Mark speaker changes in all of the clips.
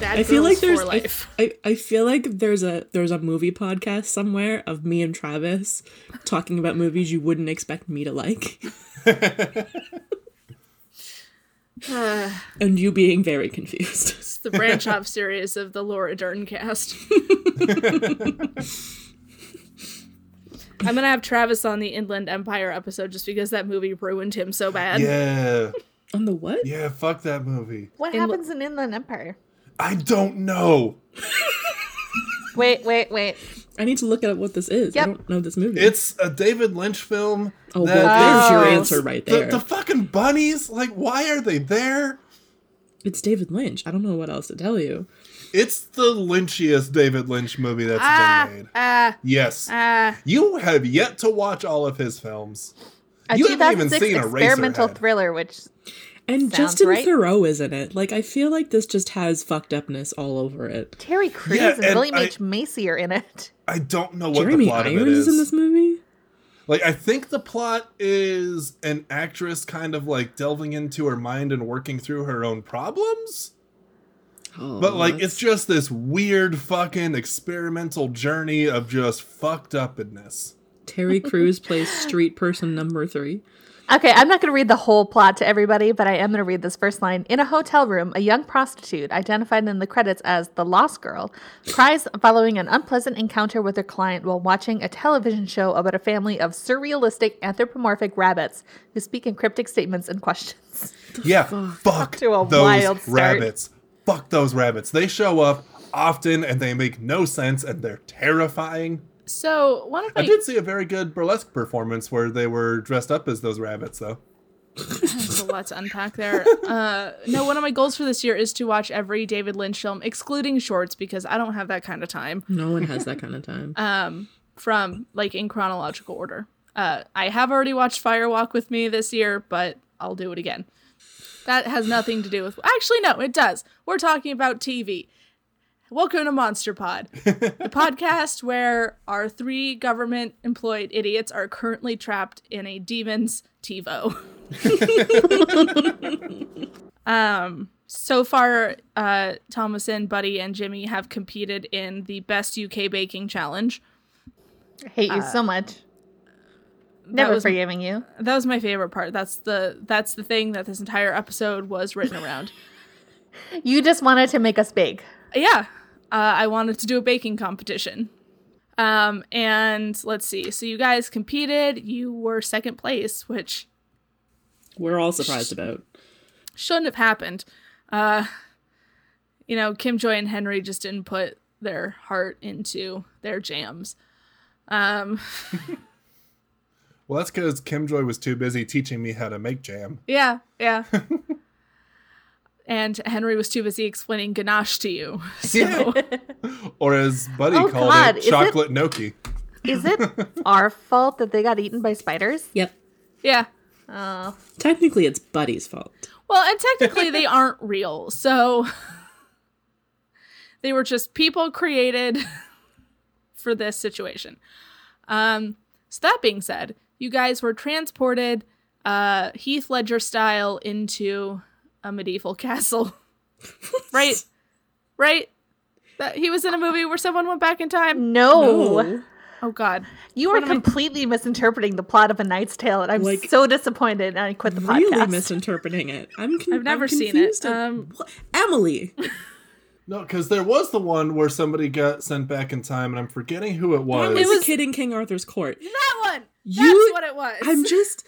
Speaker 1: Bad
Speaker 2: I feel
Speaker 1: Girls
Speaker 2: like there's
Speaker 1: for
Speaker 2: I-
Speaker 1: life.
Speaker 2: I, I feel like there's a there's a movie podcast somewhere of me and Travis talking about movies you wouldn't expect me to like
Speaker 1: Uh,
Speaker 2: and you being very confused.
Speaker 1: it's the branch off series of the Laura Dern cast. I'm gonna have Travis on the Inland Empire episode just because that movie ruined him so bad.
Speaker 3: Yeah.
Speaker 2: On the what?
Speaker 3: Yeah, fuck that movie.
Speaker 4: What
Speaker 1: In-
Speaker 4: happens in Inland Empire?
Speaker 3: I don't know.
Speaker 4: Wait, wait, wait.
Speaker 2: I need to look at what this is. I
Speaker 4: Yep.
Speaker 2: don't know this movie.
Speaker 3: It's a David Lynch film.
Speaker 2: oh well,
Speaker 3: that
Speaker 2: there's your
Speaker 4: Oh.
Speaker 2: answer right
Speaker 3: The,
Speaker 2: there.
Speaker 3: the fucking bunnies, like, why are they there?
Speaker 2: it's David Lynch. I don't know what else to tell you.
Speaker 3: It's the lynchiest David Lynch movie that's
Speaker 1: Ah,
Speaker 3: been made.
Speaker 4: Uh,
Speaker 1: ah,
Speaker 3: Yes.
Speaker 1: ah.
Speaker 3: you have yet to watch all of his films.
Speaker 4: A
Speaker 3: You haven't even
Speaker 4: 2006
Speaker 3: seen a
Speaker 4: experimental
Speaker 3: Razorhead.
Speaker 4: thriller, which
Speaker 2: And
Speaker 4: Sounds
Speaker 2: Justin
Speaker 4: right.
Speaker 2: Thoreau is in it. Like I feel like this just has fucked upness all over it.
Speaker 4: Terry Crews
Speaker 3: Yeah,
Speaker 4: and,
Speaker 3: and
Speaker 4: William
Speaker 3: I-
Speaker 4: H. Macy are in it.
Speaker 3: I don't know what the
Speaker 2: Jeremy
Speaker 3: plot
Speaker 2: Irons
Speaker 3: of it is.
Speaker 2: is in this movie.
Speaker 3: Like, I think the plot is an actress kind of like delving into her mind and working through her own problems.
Speaker 2: Oh,
Speaker 3: But like,
Speaker 2: that's-
Speaker 3: it's just this weird fucking experimental journey of just fucked upness.
Speaker 2: Terry Crews plays street person number three.
Speaker 4: Okay, I'm not going to read the whole plot to everybody, but I am going to read this first line. In a hotel room, a young prostitute, identified in the credits as the Lost Girl, cries following an unpleasant encounter with her client while watching a television show about a family of surrealistic anthropomorphic rabbits who speak in cryptic statements and questions.
Speaker 3: yeah,
Speaker 2: fuck?
Speaker 3: fuck
Speaker 4: To a
Speaker 3: those
Speaker 4: wild start.
Speaker 3: rabbits. Fuck those rabbits. They show up often and they make no sense and they're terrifying.
Speaker 1: So one of
Speaker 3: I
Speaker 1: my
Speaker 3: did see a very good burlesque performance where they were dressed up as those rabbits, though.
Speaker 1: There's a lot to unpack there. Uh, no, one of my goals for this year is to watch every David Lynch film, excluding shorts, because I don't have that kind of time.
Speaker 2: No one has that kind of time.
Speaker 1: Um, from like in chronological order. Uh, I have already watched Fire Walk with Me this year, but I'll do it again. That has nothing to do with. Actually, no, it does. We're talking about TV. Welcome to Monster Pod, the podcast where our three government employed idiots are currently trapped in a demon's TiVo. Um, so far, uh, Thomason, Buddy, and Jimmy have competed in the best UK baking challenge.
Speaker 4: I hate you Uh, so much. Never
Speaker 1: was-
Speaker 4: forgiving you.
Speaker 1: That was my favorite part. That's the that's the thing that this entire episode was written around.
Speaker 4: You just wanted to make us big.
Speaker 1: yeah, uh, I wanted to do a baking competition. Um, and let's see. So you guys competed. You were second place, which
Speaker 2: We're all surprised about.
Speaker 1: shouldn't have happened. Uh, you know, Kim Joy and Henry just didn't put their heart into their jams. Um,
Speaker 3: Well, that's because Kim Joy was too busy teaching me how to make jam.
Speaker 1: Yeah, yeah. and Henry was too busy explaining ganache to you. So
Speaker 3: Or as Buddy
Speaker 4: Oh,
Speaker 3: called
Speaker 4: God,
Speaker 3: it,
Speaker 4: is it-
Speaker 3: chocolate gnocchi.
Speaker 4: Is it our fault that they got eaten by spiders?
Speaker 2: Yep.
Speaker 1: yeah.
Speaker 4: Oh.
Speaker 2: Technically, it's Buddy's fault.
Speaker 1: Well, and technically they aren't real, so they were just people created for this situation. Um, so that being said, you guys were transported uh, Heath Ledger style into a medieval castle, right? Right. That he was in a movie where someone went back in
Speaker 4: Mm.
Speaker 1: time.
Speaker 4: No.
Speaker 2: No.
Speaker 1: Oh God.
Speaker 4: You are completely misinterpreting the plot of A Knight's Tale, and I'm
Speaker 2: Like,
Speaker 4: so disappointed. And I quit the
Speaker 2: really
Speaker 4: podcast.
Speaker 2: misinterpreting it. I'm. Con-
Speaker 1: I've never
Speaker 2: I'm
Speaker 1: seen it.
Speaker 2: confused at-
Speaker 1: Um,
Speaker 2: What- Emily.
Speaker 3: No, because there was the one where somebody got sent back in time, and I'm forgetting who it
Speaker 2: I
Speaker 3: was.
Speaker 2: was,
Speaker 1: was-
Speaker 2: a kid in King Arthur's court.
Speaker 1: That one.
Speaker 2: You-
Speaker 1: That's what it was.
Speaker 2: I'm just.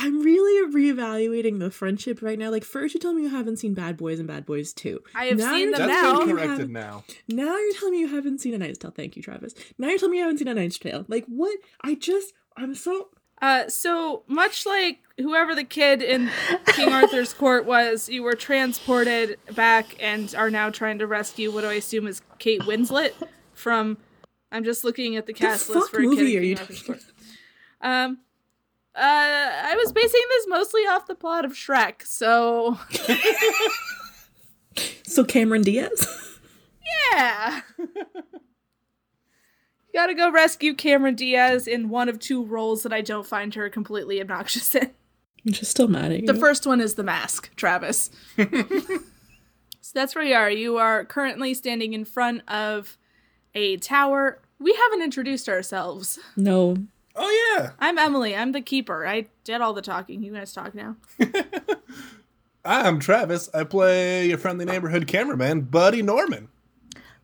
Speaker 2: I'm really reevaluating the friendship right now. Like first, you told me you haven't seen Bad Boys and Bad Boys Two.
Speaker 1: I have
Speaker 2: Now
Speaker 1: seen
Speaker 2: you're
Speaker 1: them
Speaker 2: telling
Speaker 3: That's
Speaker 1: now.
Speaker 2: me
Speaker 3: been
Speaker 2: you
Speaker 3: corrected
Speaker 2: haven't-
Speaker 3: now.
Speaker 2: Now you're telling me you haven't seen A Knight's Tale. Thank you, Travis. Now you're telling me you haven't seen A Knight's Tale. Like what? I just. I'm so.
Speaker 1: uh, so much like whoever the kid in King Arthur's court was, you were transported back and are now trying to rescue what I assume is Kate Winslet from. I'm just looking at the cast list
Speaker 2: fuck
Speaker 1: for a kid in
Speaker 2: movie are
Speaker 1: King
Speaker 2: you
Speaker 1: Arthur's
Speaker 2: talking
Speaker 1: court. Um, uh, I was basing this mostly off the plot of Shrek, so
Speaker 2: So Cameron Diaz.
Speaker 1: Yeah. you gotta go rescue Cameron Diaz in one of two roles that I don't find her completely obnoxious in.
Speaker 2: Hmm? I'm just still mad at you.
Speaker 1: The first one is the mask, Travis. So that's where you are. You are currently standing in front of a tower. We haven't introduced ourselves.
Speaker 2: No.
Speaker 3: Oh yeah,
Speaker 1: I'm Emily. I'm the keeper. I did all the talking. You guys talk now.
Speaker 3: I'm Travis. I play your friendly neighborhood cameraman, Buddy Norman,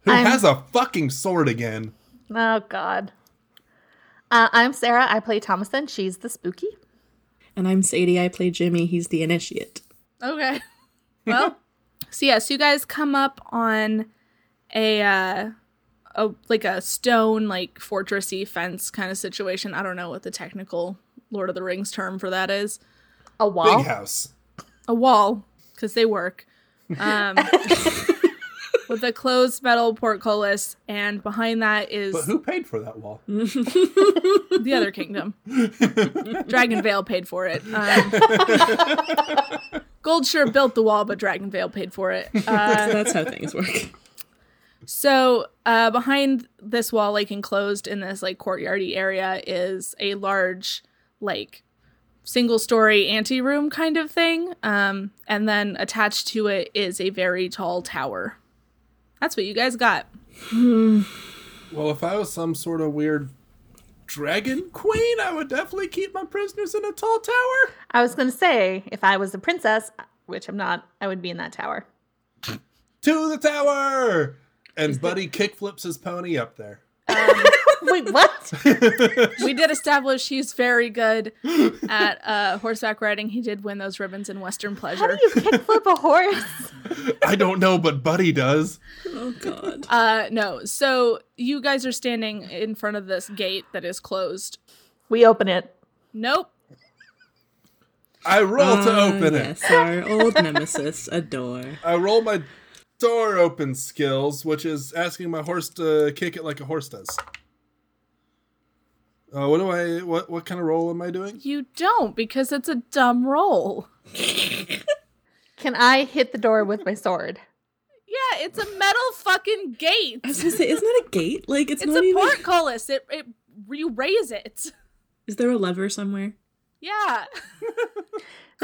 Speaker 3: who
Speaker 4: I'm-
Speaker 3: has a fucking sword again.
Speaker 4: Oh God. Uh, I'm Sarah. I play Thomason. She's the spooky.
Speaker 2: And I'm Sadie. I play Jimmy. He's the initiate.
Speaker 1: Okay. Well, so yes, you guys come up on a uh a like a stone like fortressy fence kind of situation. I don't know what the technical Lord of the Rings term for that is.
Speaker 4: A wall.
Speaker 3: Big house.
Speaker 1: A wall cuz they work. Um with a closed metal portcullis and behind that is
Speaker 3: But who paid for that wall?
Speaker 1: the other kingdom. Dragonvale paid for it. Um, Goldshire built the wall, but Dragonvale paid for it. Uh,
Speaker 2: So that's how things work.
Speaker 1: So uh, behind this wall, like enclosed in this like courtyardy area, is a large like single story ante room kind of thing. Um, and then attached to it is a very tall tower. That's what you guys got.
Speaker 3: Well, if I was some sort of weird dragon queen, I would definitely keep my prisoners in a tall tower.
Speaker 4: I was gonna say if I was a princess, which I'm not, I would be in that tower.
Speaker 3: To the tower! And Buddy kickflips his pony up there.
Speaker 4: Wait, what?
Speaker 1: We did establish he's very good at uh, horseback riding. He did win those ribbons in Western
Speaker 4: How
Speaker 1: Pleasure.
Speaker 4: do you kickflip a horse?
Speaker 3: I don't know, but Buddy does.
Speaker 2: Oh, God.
Speaker 1: Uh, no, so you guys are standing in front of this gate that is closed.
Speaker 4: We open it.
Speaker 1: Nope.
Speaker 3: I roll to
Speaker 2: Ah,
Speaker 3: open it.
Speaker 2: Yes, our old nemesis, Adore.
Speaker 3: I roll my door open skills, which is asking my horse to kick it like a horse does. Uh, what do I? What what kind of roll am I doing?
Speaker 1: You don't because it's a dumb roll.
Speaker 4: Can I hit the door with my sword?
Speaker 1: Yeah, it's a metal fucking gate.
Speaker 2: I was
Speaker 1: It's
Speaker 2: gonna say, isn't that a gate? Like, it's, not
Speaker 1: a
Speaker 2: even.
Speaker 1: portcullis. It it you raise it.
Speaker 2: Is there a lever somewhere?
Speaker 1: Yeah.
Speaker 4: This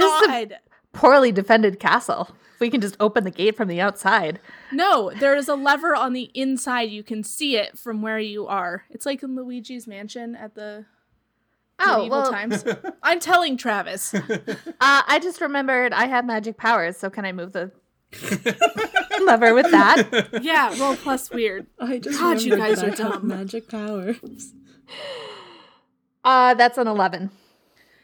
Speaker 4: is a-
Speaker 1: God.
Speaker 4: Poorly defended castle. If we can just open the gate from the outside.
Speaker 1: No, there is a lever on the inside. You can see it from where you are. It's like in Luigi's mansion at the
Speaker 4: Oh
Speaker 1: medieval
Speaker 4: well,
Speaker 1: times. I'm telling Travis.
Speaker 4: uh, I just remembered I have magic powers, so can I move the lever with that?
Speaker 1: Yeah, roll plus weird.
Speaker 2: I just
Speaker 1: God, you
Speaker 2: remembered
Speaker 1: guys
Speaker 2: that
Speaker 1: are
Speaker 2: I have
Speaker 1: dumb.
Speaker 2: Magic powers.
Speaker 4: Uh, that's an eleven.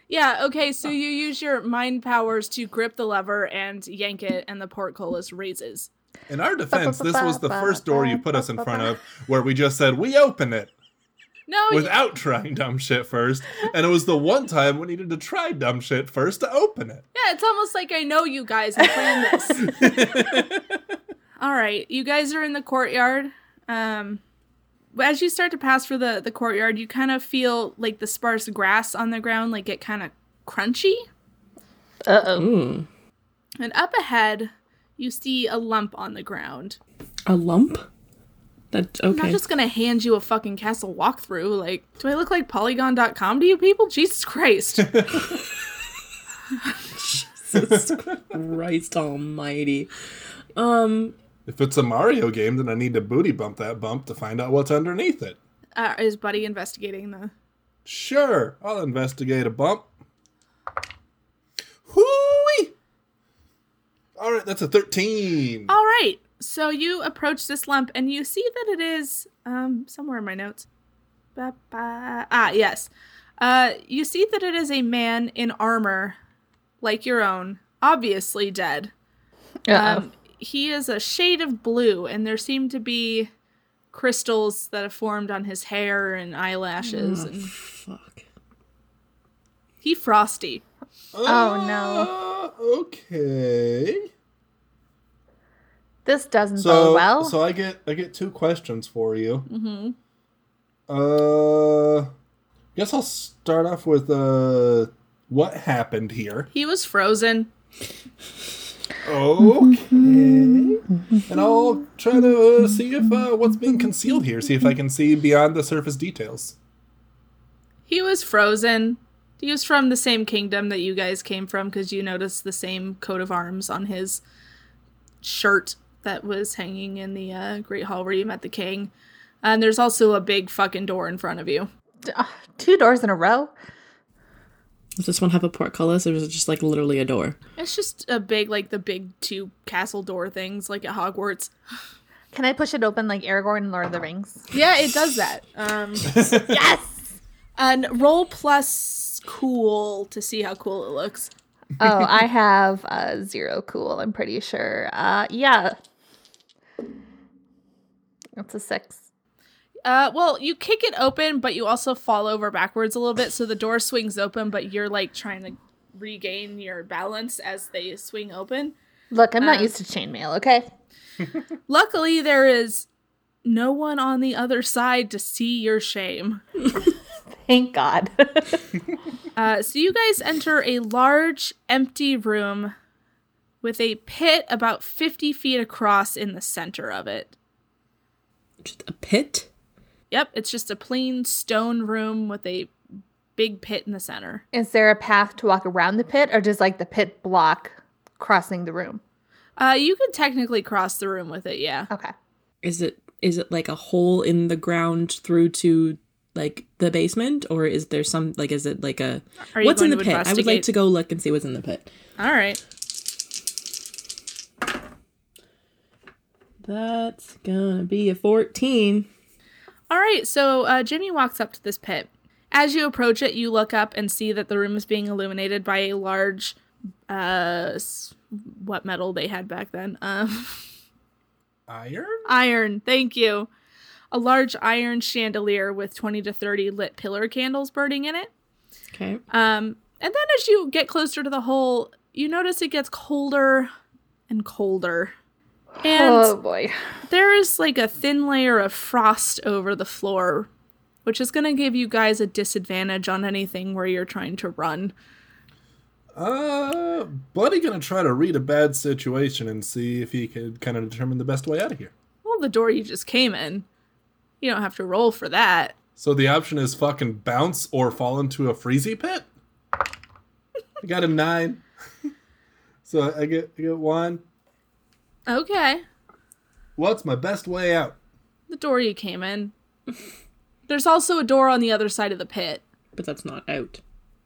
Speaker 1: Yeah, okay, so you use your mind powers to grip the lever and yank it and the portcullis raises.
Speaker 3: In our defense, this was the first door you put us in front of, where we just said we open it
Speaker 1: No, you-
Speaker 3: without trying dumb shit first, and it was the one time we needed to try dumb shit first to open it.
Speaker 1: Yeah, it's almost like I know you guys and planned this. All right, you guys are in the courtyard. Um, as you start to pass through the, the courtyard, you kind of feel like the sparse grass on the ground, like get kind of crunchy.
Speaker 4: Uh oh.
Speaker 2: Mm.
Speaker 1: And up ahead, you see a lump on the ground.
Speaker 2: A lump? That
Speaker 1: I'm not
Speaker 2: okay?
Speaker 1: just gonna hand you a fucking castle walkthrough. Like, do I look like Polygon.com to you people? Jesus Christ!
Speaker 2: Jesus Christ Almighty!
Speaker 3: If it's a Mario game, then I need to booty bump that bump to find out what's underneath it.
Speaker 1: uh, is Buddy investigating the?
Speaker 3: Sure, I'll investigate a bump. Hooey! All right, that's a 13.
Speaker 4: Oh,
Speaker 1: All right. So you approach this lump and you see that it is um somewhere in my notes. Ba- ba- Ah, yes. Uh you see that it is a man in armor like your own, obviously dead. Um he is a shade of blue and there seem to be crystals that have formed on his hair and eyelashes
Speaker 2: Oh,
Speaker 1: and
Speaker 2: fuck.
Speaker 1: he frosty.
Speaker 4: Oh,
Speaker 3: no.
Speaker 4: no.
Speaker 3: Ah, Okay.
Speaker 4: this doesn't
Speaker 3: So
Speaker 4: bode well. Mm-hmm.
Speaker 3: so I get I get two questions for you.
Speaker 1: Mhm.
Speaker 3: Uh guess I'll start off with uh what happened here.
Speaker 1: He was frozen.
Speaker 4: Mm-hmm.
Speaker 3: Okay. and I'll try to uh, see if uh, what's being concealed here, see if I can see beyond the surface details.
Speaker 1: He was frozen. He was from the same kingdom that you guys came from because you noticed the same coat of arms on his shirt that was hanging in the uh, Great Hall where you met the king. And there's also a big fucking door in front of you.
Speaker 4: D- uh, two doors in a row.
Speaker 2: Does this one have a portcullis or is it just like literally a door?
Speaker 1: It's just a big, like the big two castle door things, like at Hogwarts.
Speaker 4: Can I push it open like Aragorn in Lord of the Rings?
Speaker 1: Yeah, it does that. Um,
Speaker 4: Yes.
Speaker 1: and roll plus cool to see how cool it looks.
Speaker 4: oh, I have uh, zero cool. I'm pretty sure. Uh, yeah, that's a six.
Speaker 1: Uh, well, you kick it open, but you also fall over backwards a little bit, so the door swings open, but you're like trying to regain your balance as they swing open.
Speaker 4: Look, I'm not used to chainmail. Okay.
Speaker 1: Luckily, there is no one on the other side to see your shame.
Speaker 4: Thank God.
Speaker 1: Uh, so you guys enter a large, empty room with a pit about 50 feet across in the center of it.
Speaker 2: Just a pit?
Speaker 1: Yep, it's just a plain stone room with a big pit in the center.
Speaker 4: Is there a path to walk around the pit, or does like the pit block crossing the room?
Speaker 1: Uh, you could technically cross the room with it, yeah.
Speaker 4: Okay.
Speaker 2: Is it is it like a hole in the ground through to like the basement or is there some like is it like a
Speaker 1: Are you
Speaker 2: what's in
Speaker 1: going
Speaker 2: the
Speaker 1: to
Speaker 2: pit? I would like
Speaker 1: investigate?
Speaker 2: to go look and see what's in the pit.
Speaker 1: All right.
Speaker 2: That's gonna be a 14.
Speaker 1: All right, so uh, Jimmy walks up to this pit. As you approach it, you look up and see that the room is being illuminated by a large, uh, s- what metal they had back then? Um,
Speaker 3: Iron?
Speaker 1: iron. Thank you. A large iron chandelier with 20 to 30 lit pillar candles burning in it.
Speaker 2: Okay.
Speaker 1: Um, and then as you get closer to the hole, you notice it gets colder and colder. And
Speaker 4: oh boy.
Speaker 1: there is like a thin layer of frost over the floor, which is going to give you guys a disadvantage on anything where you're trying to run.
Speaker 3: Uh, Buddy gonna try to read a bad situation and see if he could kind of determine the best way out of here.
Speaker 1: Well, the door you just came in, you don't have to roll for that.
Speaker 3: So the option is fucking bounce or fall into a freezy pit. I got a nine. so I get I get one.
Speaker 1: Okay.
Speaker 3: What's my best way out?
Speaker 1: The door you came in. There's also a door on the other side of the pit
Speaker 2: But that's not out.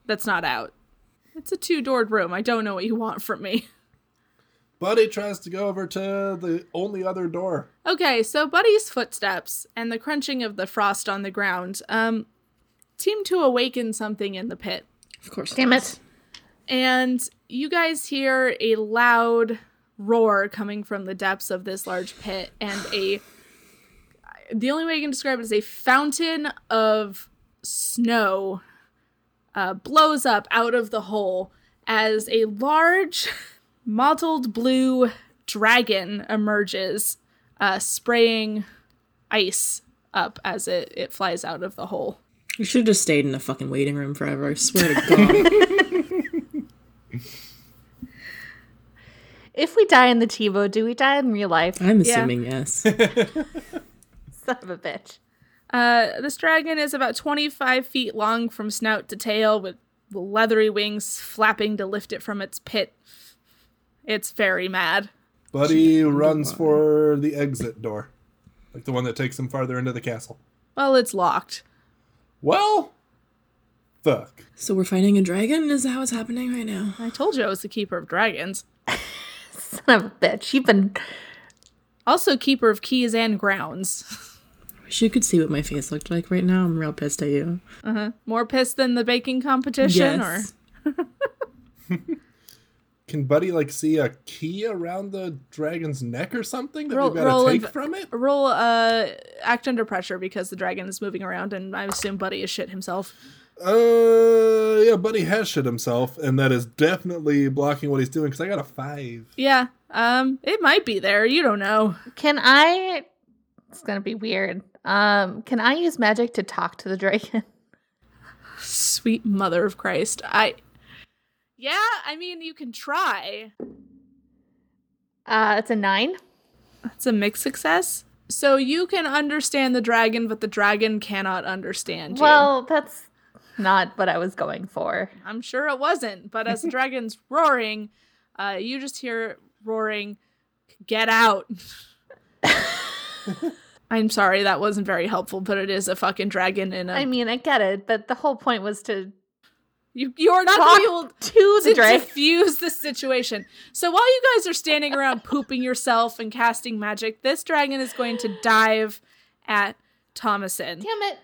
Speaker 1: that's not out. It's a two doored room. I don't know what you want from me.
Speaker 3: Buddy tries to go over to the only other door.
Speaker 1: Okay, so Buddy's footsteps and the crunching of the frost on the ground um, seem to awaken something in the pit.
Speaker 2: Of course.
Speaker 4: Damn it.
Speaker 1: And you guys hear a loud roar coming from the depths of this large pit and a the only way I can describe it is a fountain of snow uh, blows up out of the hole as a large mottled blue dragon emerges, uh, spraying ice up as it, it flies out of the hole.
Speaker 2: You should have just stayed in the fucking waiting room forever. I swear to God.
Speaker 4: If we die in the TiVo, do we die in real life?
Speaker 2: I'm assuming yes.
Speaker 4: Son of a bitch.
Speaker 1: Uh, this dragon is about 25 feet long from snout to tail, with leathery wings flapping to lift it from its pit. It's very mad.
Speaker 3: Buddy runs for the exit door, like the one that takes him farther into the castle.
Speaker 1: Well, it's locked.
Speaker 3: Well, fuck.
Speaker 2: So we're fighting a dragon? Is that what's happening right now?
Speaker 1: I told you I was the keeper of dragons.
Speaker 4: Son of a bitch. You've been.
Speaker 1: Also, keeper of keys and grounds.
Speaker 2: Wish you could see what my face looked like right now. I'm real pissed at you.
Speaker 1: More pissed than the baking competition,
Speaker 2: Yes.
Speaker 3: Can Buddy like see a key around the dragon's neck or something that
Speaker 1: Roll-
Speaker 3: we gotta
Speaker 1: roll
Speaker 3: take
Speaker 1: inv-
Speaker 3: from it?
Speaker 1: or roll uh act under pressure because the dragon is moving around and I assume Buddy is shit himself.
Speaker 3: Uh, yeah, Buddy has shit himself, and that is definitely blocking what he's doing. Because I got a five.
Speaker 1: Yeah, um, it might be there. You don't know.
Speaker 4: Can I. It's going to be weird. Um, can I use magic to talk to the dragon?
Speaker 1: Sweet mother of Christ. I Yeah, I mean you can try.
Speaker 4: Uh, it's a nine.
Speaker 1: That's a mixed success. So you can understand the dragon, but the dragon cannot understand you.
Speaker 4: Well, that's not what I was going for.
Speaker 1: I'm sure it wasn't, but as the dragon's roaring, uh, you just hear it roaring Get out. I'm sorry, that wasn't very helpful, but it is a fucking dragon in a.
Speaker 4: I mean, I get it, but the whole point was to
Speaker 1: you, you are not
Speaker 4: talk
Speaker 1: gonna be able
Speaker 4: to the
Speaker 1: to
Speaker 4: dragon.
Speaker 1: diffuse the situation. So while you guys are standing around pooping yourself and casting magic, this dragon is going to dive at Thomason.
Speaker 4: Damn it!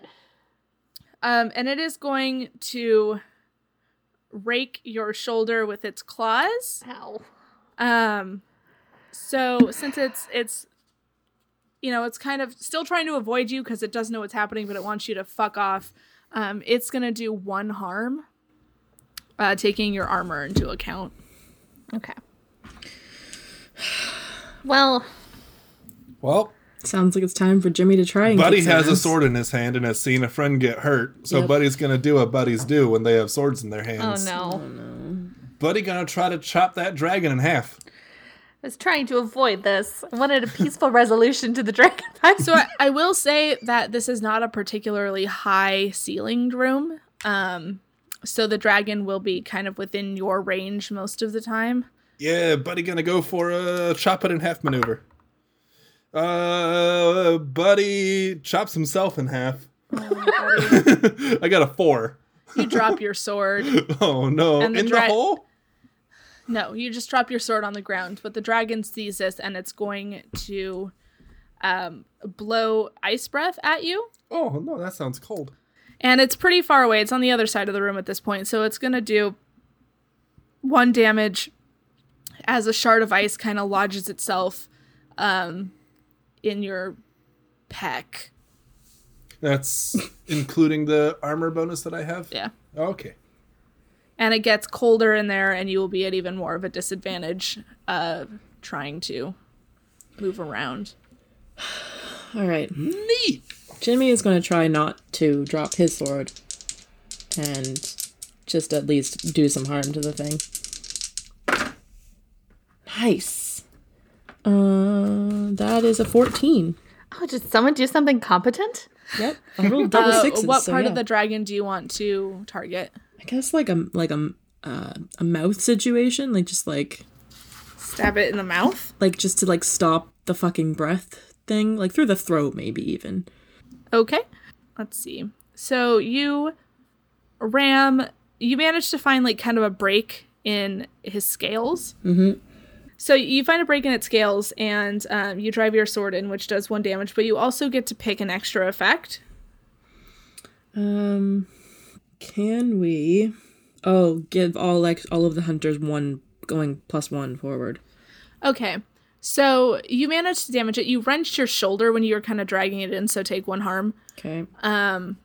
Speaker 1: Um, and it is going to rake your shoulder with its claws.
Speaker 4: Ow.
Speaker 1: Um, so since it's it's you know it's kind of still trying to avoid you because it doesn't know what's happening, but it wants you to fuck off. Um, it's gonna do one harm, uh, taking your armor into account.
Speaker 4: Okay. Well,
Speaker 3: Well,
Speaker 2: Sounds like it's time for Jimmy to try and
Speaker 3: Buddy
Speaker 2: kick some
Speaker 3: has a
Speaker 2: ass.
Speaker 3: sword in his hand and has seen a friend get hurt, so
Speaker 2: Yep.
Speaker 3: Buddy's gonna do what buddies do when they have swords in their
Speaker 4: oh
Speaker 3: hands.
Speaker 4: no.
Speaker 3: Buddy gonna try to chop that dragon in half.
Speaker 4: I was trying to avoid this. I wanted a peaceful resolution to the dragon fight.
Speaker 1: So I, I will say that this is not a particularly high ceilinged room. Um, so the dragon will be kind of within your range most of the time.
Speaker 3: Yeah, Buddy gonna go for a chop it in half maneuver. Uh, Buddy chops himself in half. I got a four.
Speaker 1: You drop your sword.
Speaker 3: Oh no!
Speaker 1: And the
Speaker 3: in
Speaker 1: dra-
Speaker 3: the hole?
Speaker 1: No, you just drop your sword on the ground, but the dragon sees this and it's going to um, blow ice breath at you.
Speaker 3: Oh no, that sounds cold.
Speaker 1: And it's pretty far away. It's on the other side of the room at this point. So it's going to do one damage as a shard of ice kind of lodges itself um, in your peck.
Speaker 3: That's including the armor bonus that I have.
Speaker 1: Yeah.
Speaker 3: Okay.
Speaker 1: And it gets colder in there, and you will be at even more of a disadvantage uh, trying to move around.
Speaker 2: All right.
Speaker 3: Neat.
Speaker 2: Jimmy is going to try not to drop his sword and just at least do some harm to the thing. Nice. Uh, that is a 14.
Speaker 4: oh, did someone do something competent?
Speaker 2: Yep. I rolled double
Speaker 1: Uh,
Speaker 2: sixes.
Speaker 1: what
Speaker 2: so
Speaker 1: part
Speaker 2: yeah.
Speaker 1: of the dragon do you want to target?
Speaker 2: I guess like a like a uh, a mouth situation, like just like
Speaker 1: Stab it in the mouth?
Speaker 2: like just to like stop the fucking breath thing, like through the throat maybe even.
Speaker 1: Okay. Let's see. So you ram you manage to find like kind of a break in his scales. Mm-hmm. So you find a break in its scales and um, you drive your sword in, which does one damage, but you also get to pick an extra effect.
Speaker 2: Um, can we? Oh, give all like all of the hunters one going plus one forward.
Speaker 1: Okay. So you manage to damage it. You wrenched your shoulder when you were kind of dragging it in, so take one harm.
Speaker 2: Okay.
Speaker 1: um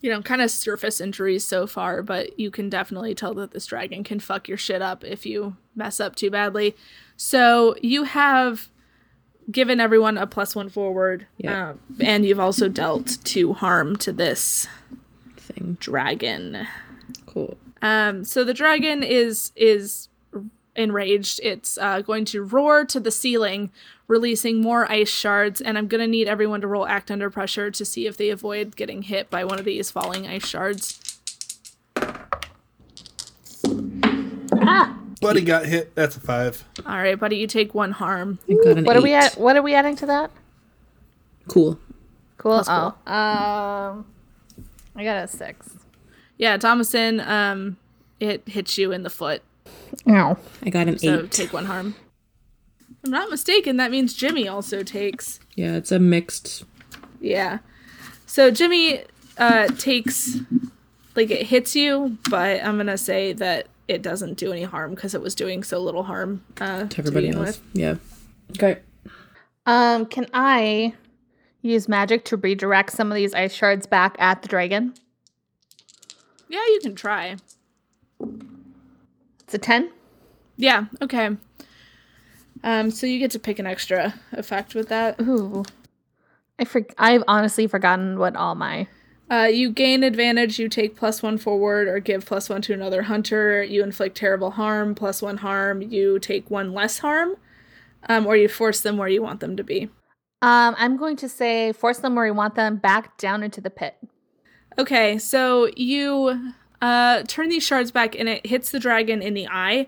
Speaker 1: you know kind of surface injuries so far but you can definitely tell that this dragon can fuck your shit up if you mess up too badly so you have given everyone a plus one forward
Speaker 2: Yeah.
Speaker 1: um, and you've also dealt two harm to this
Speaker 2: Thing.
Speaker 1: dragon
Speaker 2: Cool.
Speaker 1: um, so the dragon is is enraged. It's uh, going to roar to the ceiling, releasing more ice shards. And I'm going to need everyone to roll act under pressure to see if they avoid getting hit by one of these falling ice shards.
Speaker 4: Ah,
Speaker 3: Buddy got hit. That's a five.
Speaker 1: All right, buddy, you take one harm.
Speaker 2: I got an
Speaker 4: what are we
Speaker 2: eight.
Speaker 4: at? What are we adding to that?
Speaker 2: Cool.
Speaker 4: Cool. Oh, um, I got a six.
Speaker 1: Yeah, Thomason, um, it hits you in the foot,
Speaker 4: Ow.
Speaker 2: I got an
Speaker 1: so
Speaker 2: eight.
Speaker 1: take one harm. If I'm not mistaken. That means Jimmy also takes.
Speaker 2: yeah, it's a mixed.
Speaker 1: Yeah. So Jimmy uh, takes, like, it hits you, but I'm going to say that it doesn't do any harm because it was doing so little harm uh,
Speaker 2: to everybody
Speaker 1: begin
Speaker 2: else.
Speaker 1: with.
Speaker 2: Yeah. Okay.
Speaker 4: Um, can I use magic to redirect some of these ice shards back at the dragon?
Speaker 1: Yeah, you can try.
Speaker 4: It's a ten.
Speaker 1: Yeah, okay. Um, so you get to pick an extra effect with that.
Speaker 4: Ooh. I for- I've honestly forgotten what all my
Speaker 1: Uh, you gain advantage. You take plus one forward or give plus one to another hunter. You inflict terrible harm, plus one harm. You take one less harm, um, or you force them where you want them to be.
Speaker 4: Um, I'm going to say force them where we want them back down into the pit.
Speaker 1: Okay, so you uh, turn these shards back and it hits the dragon in the eye.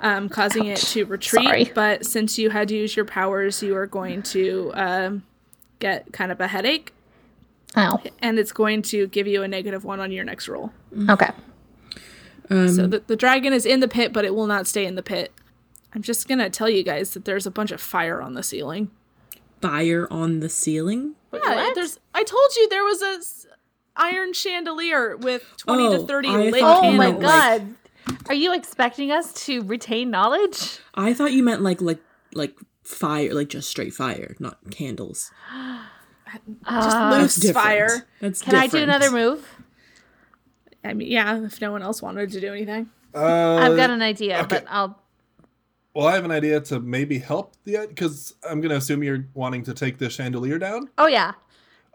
Speaker 1: um, causing it to retreat.
Speaker 4: Sorry.
Speaker 1: But since you had to use your powers, you are going to um, get kind of a headache,
Speaker 4: Ow.
Speaker 1: and it's going to give you a negative one on your next roll.
Speaker 4: Okay.
Speaker 1: So the, the dragon is in the pit, but it will not stay in the pit. I'm just gonna tell you guys that there's a bunch of fire on the ceiling.
Speaker 2: Fire on the ceiling.
Speaker 1: Yeah,
Speaker 4: what?
Speaker 1: there's. I told you there was a s- iron chandelier with twenty
Speaker 2: Oh,
Speaker 1: to thirty
Speaker 2: I
Speaker 1: lit
Speaker 2: thought
Speaker 4: Oh
Speaker 1: candles.
Speaker 2: you
Speaker 4: my
Speaker 2: Candles. like-
Speaker 4: god. Are you expecting us to retain knowledge?
Speaker 2: I thought you meant like like like fire, like just straight fire, not candles.
Speaker 1: Just
Speaker 4: Uh,
Speaker 1: loose
Speaker 2: different.
Speaker 1: fire.
Speaker 2: That's
Speaker 4: Can I do
Speaker 2: different.
Speaker 4: another move?
Speaker 1: I mean, yeah. If no one else wanted to do anything,
Speaker 3: Uh,
Speaker 4: I've got an idea,
Speaker 3: okay.
Speaker 4: but I'll
Speaker 3: well, I have an idea to maybe help the because I'm gonna assume you're wanting to take the chandelier down.
Speaker 4: Oh yeah.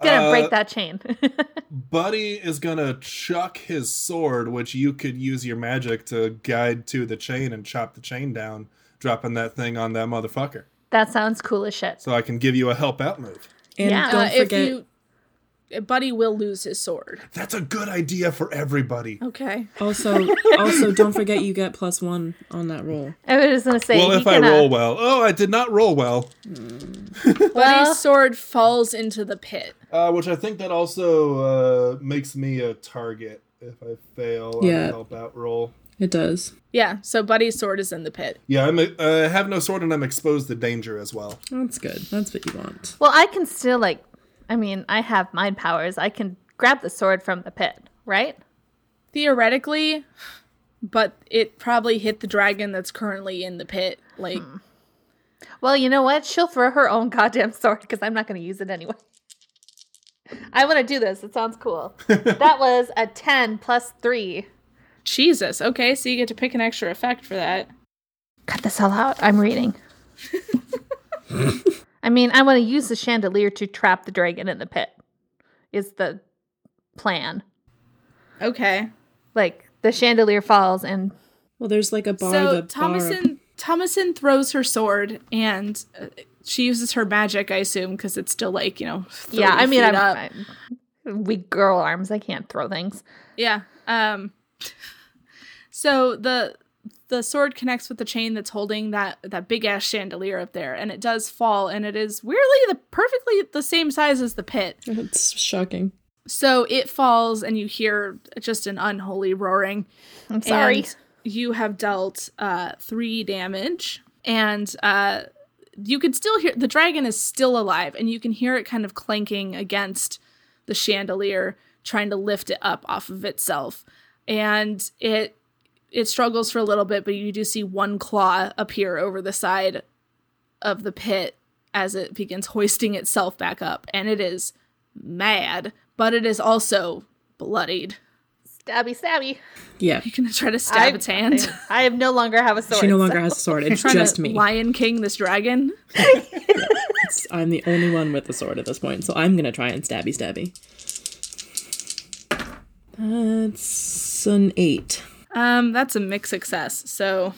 Speaker 4: Gonna
Speaker 3: Uh,
Speaker 4: break that chain.
Speaker 3: Buddy is gonna chuck his sword, which you could use your magic to guide to the chain and chop the chain down, dropping that thing on that motherfucker.
Speaker 4: that sounds cool as shit.
Speaker 3: So I can give you a help out move.
Speaker 2: And
Speaker 4: Yeah.
Speaker 2: don't
Speaker 1: Uh,
Speaker 2: forget,
Speaker 1: if you, Buddy will lose his sword.
Speaker 3: That's a good idea for everybody.
Speaker 1: Okay.
Speaker 2: also also don't forget you get plus one on that roll.
Speaker 4: I was just gonna say
Speaker 3: Well,
Speaker 4: he
Speaker 3: if I
Speaker 4: can, uh,
Speaker 3: roll well. Oh, I did not roll well.
Speaker 1: Buddy's sword falls into the pit.
Speaker 3: Uh, which I think that also uh, makes me a target if I fail on
Speaker 2: Yeah.
Speaker 3: a help out roll.
Speaker 2: It does.
Speaker 1: Yeah. So Buddy's sword is in the pit.
Speaker 3: Yeah, I'm, uh, I have no sword and I'm exposed to danger as well.
Speaker 2: That's good. That's what you want.
Speaker 4: Well, I can still like I mean, I have mind powers. I can grab the sword from the pit, right?
Speaker 1: Theoretically, but it probably hit the dragon that's currently in the pit. Like,
Speaker 4: Well, you know what? She'll throw her own goddamn sword because I'm not going to use it anyway. I want to do this. It sounds cool. that was a 10 plus 3.
Speaker 1: Jesus. Okay. So you get to pick an extra effect for that.
Speaker 4: Cut this all out. I'm reading. I mean, I want to use the chandelier to trap the dragon in the pit, is the plan.
Speaker 1: Okay.
Speaker 4: Like, the chandelier falls and.
Speaker 2: Well, there's like a bar.
Speaker 1: so
Speaker 2: the
Speaker 1: Thomason
Speaker 2: Bar,
Speaker 1: Thomason throws her sword and uh, she uses her magic, I assume, because it's still like you know. 30
Speaker 4: Yeah, I mean,
Speaker 1: feet
Speaker 4: I'm,
Speaker 1: up.
Speaker 4: I'm weak girl arms. I can't throw things.
Speaker 1: Yeah. Um so the the sword connects with the chain that's holding that that big ass chandelier up there and it does fall and it is weirdly the perfectly the same size as the pit.
Speaker 2: it's shocking.
Speaker 1: So it falls and you hear just an unholy roaring.
Speaker 4: I'm sorry.
Speaker 1: And you have dealt uh, three damage, and uh, you can still hear the dragon is still alive, and you can hear it kind of clanking against the chandelier, trying to lift it up off of itself, and it it struggles for a little bit, but you do see one claw appear over the side of the pit as it begins hoisting itself back up, and it is mad, but it is also bloodied.
Speaker 4: stabby, stabby.
Speaker 2: Yeah.
Speaker 1: You're gonna try to stab
Speaker 4: I-
Speaker 1: its hand.
Speaker 4: I have no longer have a sword.
Speaker 2: She no
Speaker 4: so-
Speaker 2: longer has a sword. It's
Speaker 1: trying
Speaker 2: just
Speaker 1: to
Speaker 2: me.
Speaker 1: Lion King this dragon.
Speaker 2: It's- I'm the only one with the sword at this point, so I'm gonna try and stabby stabby. That's an eight.
Speaker 1: Um, that's a mixed success. So,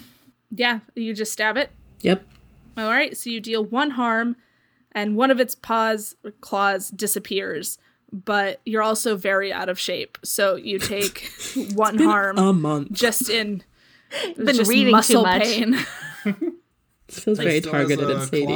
Speaker 1: yeah, you just stab it.
Speaker 2: Yep.
Speaker 1: All right, so you deal one harm, and one of its paws or claws disappears. But you're also very out of shape, so you take one harm
Speaker 2: A month.
Speaker 1: just in
Speaker 4: been
Speaker 1: just
Speaker 4: reading too
Speaker 1: muscle
Speaker 4: much.
Speaker 1: pain.
Speaker 2: This feels very targeted and Sadie.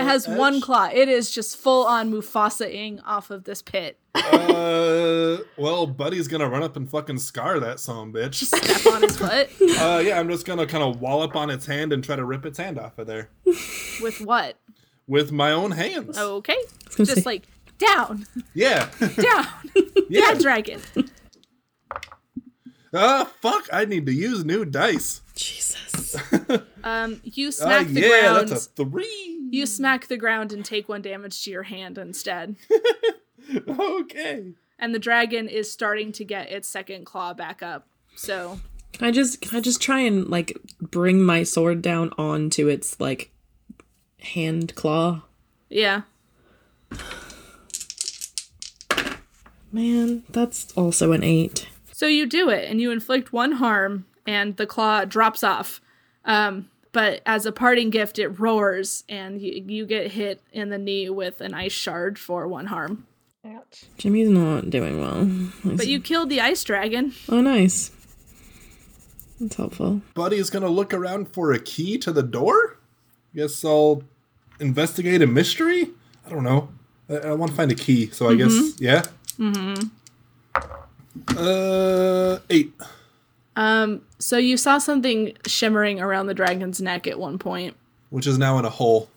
Speaker 1: It has
Speaker 3: Oh,
Speaker 1: one claw. It is just full on Mufasa-ing off of this pit.
Speaker 3: uh, well, Buddy's gonna run up and fucking scar that son of a bitch.
Speaker 1: Just step on his foot
Speaker 3: Uh, yeah, I'm just gonna kind of wallop on its hand and try to rip its hand off of there
Speaker 1: with what?
Speaker 3: with my own hands.
Speaker 1: Okay,
Speaker 2: gonna say-
Speaker 1: just like down,
Speaker 3: Yeah,
Speaker 1: down,
Speaker 3: yeah.
Speaker 1: down, dragon.
Speaker 3: Ah, fuck! I need to use new dice.
Speaker 2: Jesus.
Speaker 1: Um, you
Speaker 3: Ah,
Speaker 1: smack the
Speaker 3: yeah,
Speaker 1: ground.
Speaker 3: that's a three.
Speaker 1: You smack the ground and take one damage to your hand instead.
Speaker 3: Okay.
Speaker 1: and the dragon is starting to get its second claw back up. So
Speaker 2: Can I just can I just try and like bring my sword down onto its like hand claw?
Speaker 1: yeah,
Speaker 2: Man, that's also an eight.
Speaker 1: so you do it and you inflict one harm, and the claw drops off. Um, but as a parting gift, it roars, and you, you get hit in the knee with an ice shard for one harm.
Speaker 4: Ouch.
Speaker 2: Jimmy's not doing well.
Speaker 1: But you killed the ice dragon.
Speaker 2: Oh, nice. That's helpful.
Speaker 3: Buddy's gonna look around for a key to the door. Guess I'll investigate a mystery. I don't know. I, I want to find a key, so I guess yeah. Mm-hmm. Uh, eight.
Speaker 1: Um, so you saw something shimmering around the dragon's neck at one point.
Speaker 3: Which is now in a hole.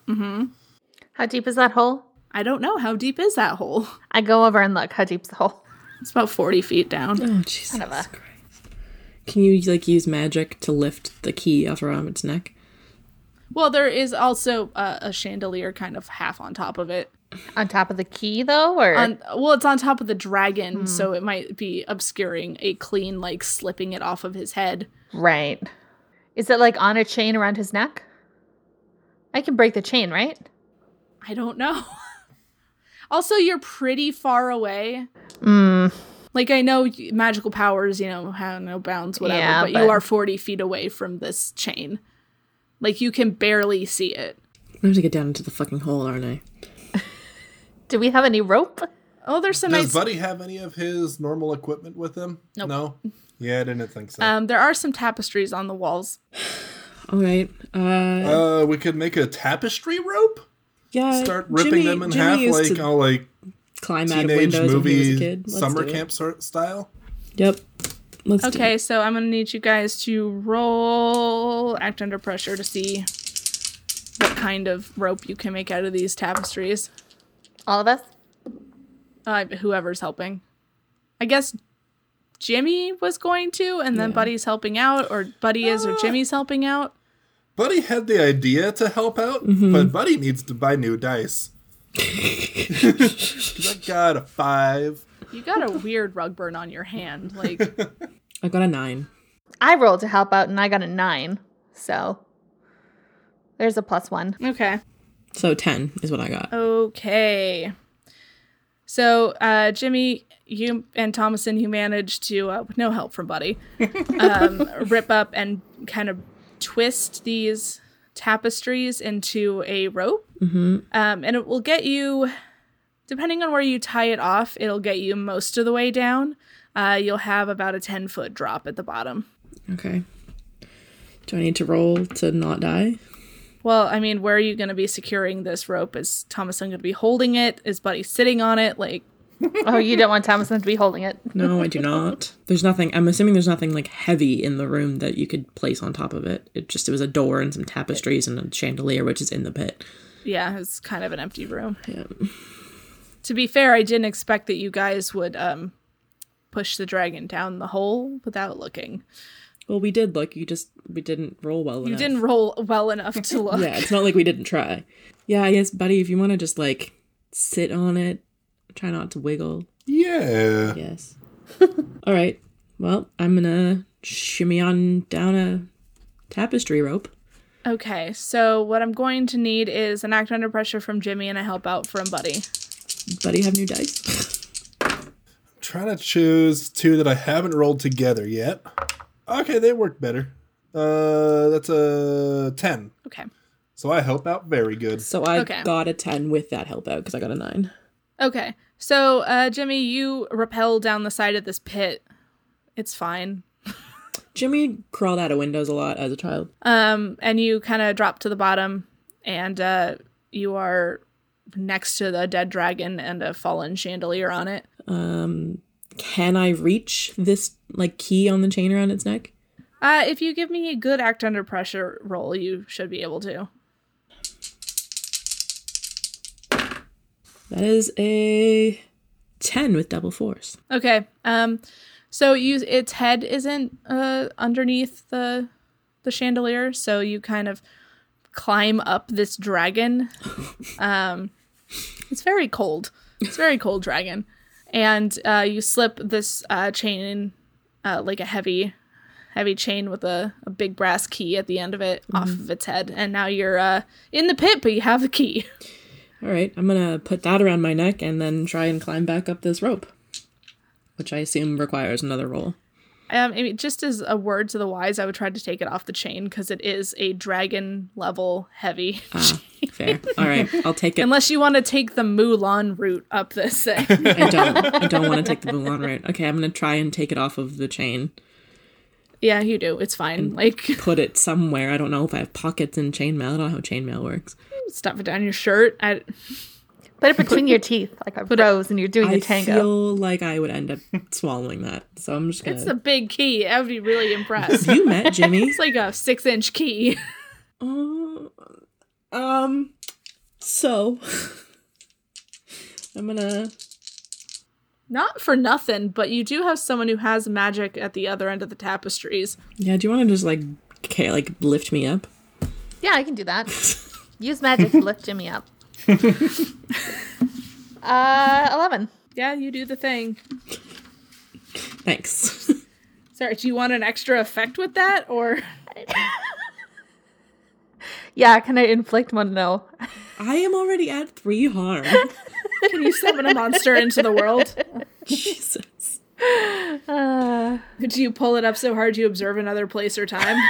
Speaker 4: How deep is that hole?
Speaker 1: I don't know how deep is that hole.
Speaker 4: I go over and look. How deep's the hole?
Speaker 1: It's about forty feet down.
Speaker 2: Oh Jesus
Speaker 4: of a-
Speaker 2: Christ! Can you like use magic to lift the key off around its neck?
Speaker 1: Well, there is also a, a chandelier kind of half on top of it.
Speaker 4: On top of the key, though, or
Speaker 1: On well, it's on top of the dragon,
Speaker 4: Hmm.
Speaker 1: so it might be obscuring a clean, like slipping it off of his head.
Speaker 4: right? Is it like on a chain around his neck? I can break the chain, right?
Speaker 1: I don't know. also, you're pretty far away.
Speaker 4: Mm.
Speaker 1: Like I know y- magical powers, you know, have no bounds, whatever.
Speaker 4: Yeah,
Speaker 1: but,
Speaker 4: but-
Speaker 1: you are forty feet away from this chain. Like you can barely see it.
Speaker 2: I'm gonna have to get down into the fucking hole, aren't I?
Speaker 4: Do we have any rope?
Speaker 1: Oh, there's some
Speaker 3: Does
Speaker 1: nice.
Speaker 3: Buddy have any of his normal equipment with him?
Speaker 1: Nope.
Speaker 3: No. Yeah, I didn't think so.
Speaker 1: um, there are some tapestries on the walls.
Speaker 2: All right. Uh,
Speaker 3: uh, we could make a tapestry rope.
Speaker 2: yeah.
Speaker 3: Start ripping
Speaker 2: Uh, Jimmy-
Speaker 3: them in
Speaker 2: Jimmy
Speaker 3: half,
Speaker 2: used
Speaker 3: like
Speaker 2: to
Speaker 3: all like
Speaker 2: climb out of
Speaker 3: teenage
Speaker 2: windows when he was a
Speaker 3: movie
Speaker 2: kid. Let's
Speaker 3: summer
Speaker 2: do it.
Speaker 3: camp sort style.
Speaker 2: Yep. Let's do
Speaker 1: Okay,
Speaker 2: it.
Speaker 1: so I'm gonna need you guys to roll act under pressure to see what kind of rope you can make out of these tapestries.
Speaker 4: All of us?
Speaker 1: Uh, whoever's helping, I guess Jimmy was going to, and then Buddy's helping out, or Buddy is, or Jimmy's helping out.
Speaker 3: Buddy had the idea to help out,
Speaker 2: Mm-hmm.
Speaker 3: but Buddy needs to buy new dice. 'Cause I got a five.
Speaker 1: You got a weird rug burn on your hand. Like,
Speaker 2: I got a nine.
Speaker 4: I rolled to help out, and I got a nine. So there's a plus one.
Speaker 1: okay.
Speaker 2: So ten is what I
Speaker 1: Oh.
Speaker 2: got.
Speaker 1: Okay. So, uh, Jimmy, you and Thomason, you managed to, uh, with no help from Buddy, um, rip up and kind of twist these tapestries into a rope. Um, and it will get you, depending on where you tie it off, it'll get you most of the way down. Uh, you'll have about a 10 foot drop at the bottom.
Speaker 2: Okay. Do I need to roll to not die?
Speaker 1: Well, I mean, where are you going to be securing this rope? Is Thomason going to be holding it? Is Buddy sitting on it? Like,
Speaker 4: Oh, you don't want Thomason to be holding it.
Speaker 2: No, I do not. There's nothing. I'm assuming there's nothing like heavy in the room that you could place on top of it. It just it was a door and some tapestries and a chandelier, which is in the pit.
Speaker 1: yeah, it's kind of an empty room.
Speaker 2: Yeah.
Speaker 1: To be fair, I didn't expect that you guys would um push the dragon down the hole without looking.
Speaker 2: Well, we did look. You just we didn't roll well
Speaker 1: You
Speaker 2: enough.
Speaker 1: didn't roll well enough to look.
Speaker 2: Yeah, it's not like we didn't try. Yeah, I guess, buddy, if you want to just like sit on it, try not to wiggle.
Speaker 3: Yeah.
Speaker 2: Yes. All right. Well, I'm gonna shimmy on down a tapestry rope.
Speaker 1: Okay, so what I'm going to need is an act under pressure from Jimmy and a help out from Buddy.
Speaker 2: Buddy, have new dice.
Speaker 3: Trying to choose two that I haven't rolled together yet. Okay, they work better. Uh, that's a ten.
Speaker 1: Okay.
Speaker 3: So I help out very good.
Speaker 2: So I
Speaker 1: Okay.
Speaker 2: got a ten with that help out because I got a nine.
Speaker 1: Okay. So, uh Jimmy, you rappel down the side of this pit. It's fine.
Speaker 2: Jimmy crawled out of windows a lot as a child.
Speaker 1: Um and you kind of drop to the bottom and uh you are next to the dead dragon and a fallen chandelier on it.
Speaker 2: Um, can I reach this like key on the chain around its neck?
Speaker 1: Uh, if you give me a good act under pressure roll, you should be able to.
Speaker 2: That is a ten with double force.
Speaker 1: Okay. Um, so you its head isn't uh underneath the the chandelier, so you kind of climb up this dragon. Um, it's very cold. It's a very cold dragon, and uh, you slip this uh, chain, uh, like a heavy, heavy chain with a, a big brass key at the end of it off of its head, and now you're uh, in the pit, but you have the key.
Speaker 2: All right, I'm gonna put that around my neck and then try and climb back up this rope, which I assume requires another roll.
Speaker 1: Um, I mean, just as a word to the wise, I would try to take it off the chain because it is a dragon level heavy.
Speaker 2: Ah, fair. All right, I'll take it.
Speaker 1: Unless you want to take the Mulan route up this thing.
Speaker 2: I don't. I don't want to take the Mulan route. Okay, I'm gonna try and take it off of the chain.
Speaker 1: Yeah, you do. It's fine. Like
Speaker 2: Put it somewhere. I don't know if I have pockets in chainmail. I don't know how chainmail works.
Speaker 1: stuff it down your shirt. I,
Speaker 4: Put it between your teeth, like a rose, and you're doing a
Speaker 2: I
Speaker 4: tango.
Speaker 2: feel like I would end up swallowing that. So I'm just
Speaker 1: it's a
Speaker 2: gonna.
Speaker 1: big key. I would be really impressed.
Speaker 2: you met Jimmy.
Speaker 1: it's like a six inch key.
Speaker 2: Oh, um. So I'm gonna.
Speaker 1: Not for nothing, but you do have someone who has magic at the other end of the tapestries.
Speaker 2: Yeah. Do you want to just like, okay, like lift me up?
Speaker 4: Yeah, I can do that. Use magic to lift Jimmy up. uh, 11.
Speaker 1: Yeah, you do the thing.
Speaker 2: Thanks.
Speaker 1: Sorry, do you want an extra effect with that or
Speaker 4: Yeah, can I inflict one? No.
Speaker 2: I am already at three harm.
Speaker 1: can you summon a monster into the world?
Speaker 2: Jesus.
Speaker 4: Uh,
Speaker 1: Do you pull it up so hard you observe another place or time?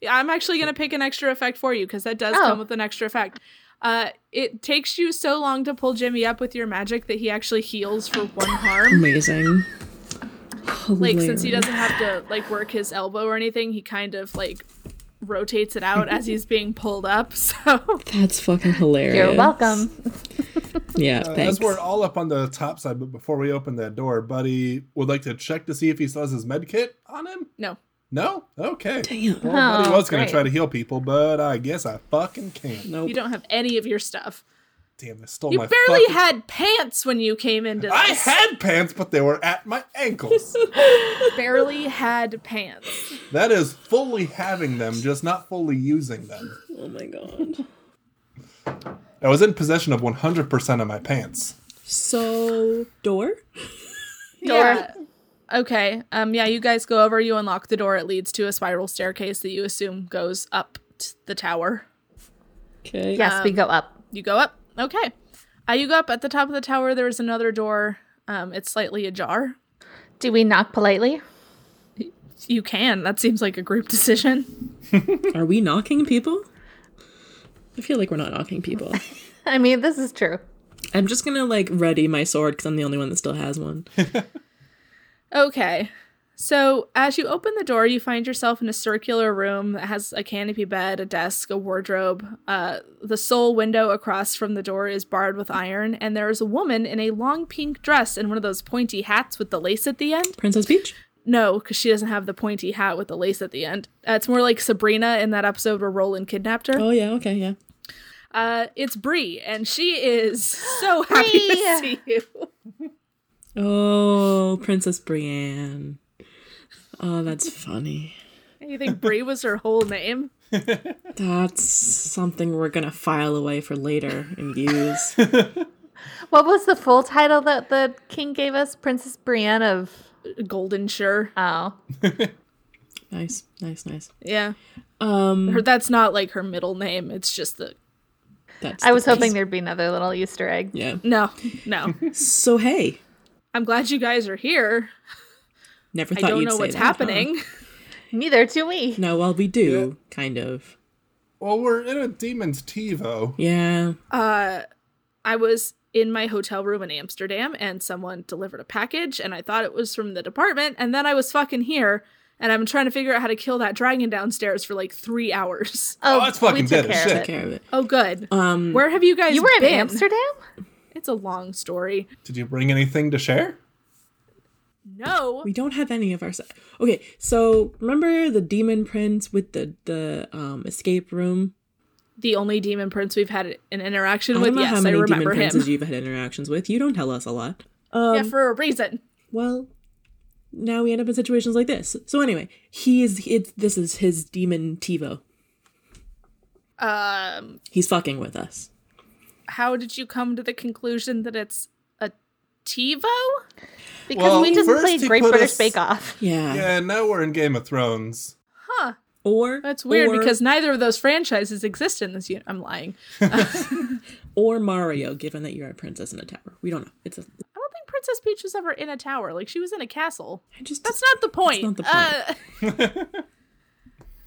Speaker 1: Yeah, I'm actually going to pick an extra effect for you because that does
Speaker 4: Oh.
Speaker 1: come with an extra effect. Uh, it takes you so long to pull Jimmy up with your magic that he actually heals for one harm.
Speaker 2: Amazing.
Speaker 1: Like since he doesn't have to like work his elbow or anything, he kind of like rotates it out as he's being pulled up. So
Speaker 2: That's fucking hilarious.
Speaker 4: you're welcome.
Speaker 2: Yeah,
Speaker 3: Uh,
Speaker 2: thanks.
Speaker 3: as we're all up on the top side, but before we open that door, Buddy would like to check to see if he still has his med kit on him.
Speaker 1: no,
Speaker 3: No? Okay.
Speaker 2: Damn.
Speaker 3: Well, Buddy
Speaker 4: Oh,
Speaker 3: was going
Speaker 4: great.
Speaker 3: to try to heal people, but I guess I fucking can't.
Speaker 2: Nope.
Speaker 1: you don't have any of your stuff.
Speaker 3: Damn, they stole
Speaker 1: You
Speaker 3: my
Speaker 1: barely
Speaker 3: fucking...
Speaker 1: had pants when you came into this.
Speaker 3: I had pants, but they were at my ankles.
Speaker 1: barely had pants.
Speaker 3: that is fully having them, just not fully using them.
Speaker 2: Oh my god.
Speaker 3: I was in possession of 100% of my pants.
Speaker 2: So door?
Speaker 1: Yeah. Okay. Um. Yeah. You guys go over. You unlock the door. It leads to a spiral staircase that you assume goes up t- the tower.
Speaker 2: Okay.
Speaker 4: Yes, we go up.
Speaker 1: You go up. Okay. Uh, you go up at the top of the tower. There is another door. Um. It's slightly ajar.
Speaker 4: Do we knock politely?
Speaker 1: You can. That seems like a group decision.
Speaker 2: Are we knocking people? I feel like we're not knocking people.
Speaker 4: I mean, this is true.
Speaker 2: I'm just gonna like ready my sword because I'm the only one that still has one.
Speaker 1: Okay. So as you open the door, you find yourself in a circular room that has a canopy bed, a desk, a wardrobe. Uh, the sole window across from the door is barred with iron, and there is a woman in a long pink dress and one of those pointy hats with the lace at the end.
Speaker 2: Princess Peach?
Speaker 1: No, because she doesn't have the pointy hat with the lace at the end. Uh, it's more like Sabrina in that episode where Roland kidnapped her.
Speaker 2: Oh yeah, okay, yeah.
Speaker 1: Uh, it's Bree, and she is so happy to
Speaker 4: Bree!
Speaker 1: see you.
Speaker 2: Oh, Princess Brienne. Oh, that's funny.
Speaker 1: You think Bree was her whole name?
Speaker 2: That's something we're gonna file away for later and use.
Speaker 4: What was the full title that the king gave us? Princess Brienne of.
Speaker 1: Golden Sure.
Speaker 4: Oh.
Speaker 2: nice, nice, nice.
Speaker 1: Yeah.
Speaker 2: Um,
Speaker 1: Her, that's not like her middle name. It's just the
Speaker 2: that's
Speaker 4: I was
Speaker 2: the
Speaker 4: hoping
Speaker 2: piece.
Speaker 4: there'd be another little Easter egg.
Speaker 2: Yeah.
Speaker 1: no, no.
Speaker 2: So hey,
Speaker 1: I'm glad you guys are here.
Speaker 2: never
Speaker 1: I
Speaker 2: thought
Speaker 1: don't
Speaker 2: you'd
Speaker 1: know
Speaker 2: say
Speaker 1: what's
Speaker 2: that, huh?
Speaker 1: happening.
Speaker 4: Neither do we.
Speaker 2: No, well, we do kind of.
Speaker 3: Well, we're in a demon's TiVo.
Speaker 2: Yeah.
Speaker 1: Uh, I was in my hotel room in Amsterdam, and someone delivered a package, and I thought it was from the department, and then I was fucking here, and I'm trying to figure out how to kill that dragon downstairs for like three hours.
Speaker 4: Oh,
Speaker 3: that's fucking
Speaker 4: we took
Speaker 3: dead as
Speaker 4: care of
Speaker 3: shit.
Speaker 2: Take care of it.
Speaker 1: Oh, good.
Speaker 2: Um,
Speaker 1: Where have you guys?
Speaker 4: You were in
Speaker 1: been?
Speaker 4: Amsterdam?
Speaker 1: It's a long story.
Speaker 3: Did you bring anything to share?
Speaker 1: No,
Speaker 2: we don't have any of our. se- Okay, so remember the demon prince with the the um escape room?
Speaker 1: the only demon prince we've had an interaction
Speaker 2: I
Speaker 1: with.
Speaker 2: don't know
Speaker 1: yes,
Speaker 2: how many
Speaker 1: I
Speaker 2: demon
Speaker 1: remember him.
Speaker 2: princes you've had interactions with. You don't tell us a lot.
Speaker 1: yeah, for a reason.
Speaker 2: Um, Well, now we end up in situations like this. So anyway, he is. It's this is his demon TiVo.
Speaker 1: Um,
Speaker 2: He's fucking with us.
Speaker 1: how did you come to the conclusion that it's a TiVo?
Speaker 4: Because
Speaker 3: Well,
Speaker 4: we just
Speaker 3: first
Speaker 4: played
Speaker 3: he
Speaker 4: Great
Speaker 3: put
Speaker 4: British
Speaker 3: us-
Speaker 4: Bake Off.
Speaker 2: Yeah.
Speaker 3: Yeah, now we're in Game of Thrones.
Speaker 1: Huh.
Speaker 2: Or
Speaker 1: That's weird
Speaker 2: or-
Speaker 1: because neither of those franchises exist in this unit. I'm lying.
Speaker 2: or Mario, given that you're a princess in a tower. We don't know. It's a.
Speaker 1: I don't think Princess Peach was ever in a tower. Like she was in a castle.
Speaker 2: I just.
Speaker 1: That's not the point.
Speaker 2: not the point.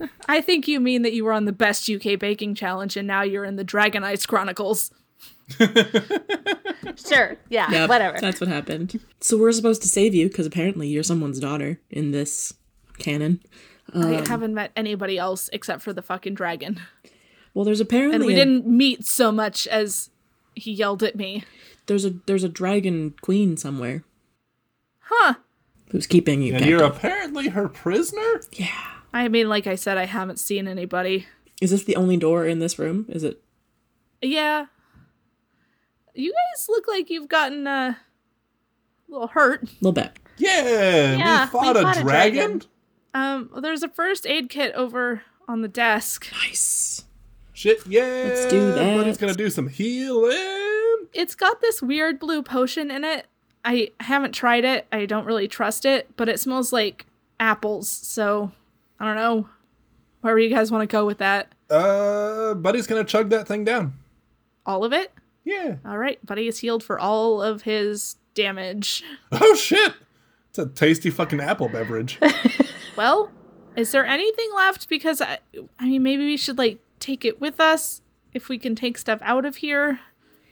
Speaker 1: Uh, I think you mean that you were on the best UK baking challenge and now you're in the Dragon Ice Chronicles.
Speaker 4: Sure. Yeah.
Speaker 2: Yep,
Speaker 4: whatever.
Speaker 2: That's what happened. So we're supposed to save you because apparently you're someone's daughter in this canon. Um.
Speaker 1: I haven't met anybody else except for the fucking dragon.
Speaker 2: Well, there's apparently
Speaker 1: And we
Speaker 2: a-
Speaker 1: didn't meet so much as he yelled at me.
Speaker 2: there's a there's a dragon queen somewhere
Speaker 1: Huh.
Speaker 2: who's keeping you
Speaker 3: And
Speaker 2: captive.
Speaker 3: you're apparently her prisoner?
Speaker 2: Yeah.
Speaker 1: I mean, like I said, I haven't seen anybody.
Speaker 2: Is this the only door in this room? Is it?
Speaker 1: Yeah. You guys look like you've gotten uh, a little hurt.
Speaker 2: A little bit.
Speaker 3: Yeah,
Speaker 4: Yeah,
Speaker 3: we fought, a, dragon?
Speaker 1: Um, there's a first aid kit over on the desk.
Speaker 2: Nice.
Speaker 3: Shit, yeah.
Speaker 2: Let's do that.
Speaker 3: But it's gonna do some healing.
Speaker 1: It's got this weird blue potion in it. I haven't tried it. I don't really trust it, but it smells like apples. So I don't know wherever you guys want to go with that.
Speaker 3: Uh, Buddy's gonna chug that thing down.
Speaker 1: All of it?
Speaker 3: Yeah.
Speaker 1: All right. Buddy is healed for all of his damage.
Speaker 3: Oh shit! It's a tasty fucking apple beverage.
Speaker 1: Well, is there anything left? Because I, I mean, maybe we should like take it with us if we can take stuff out of here.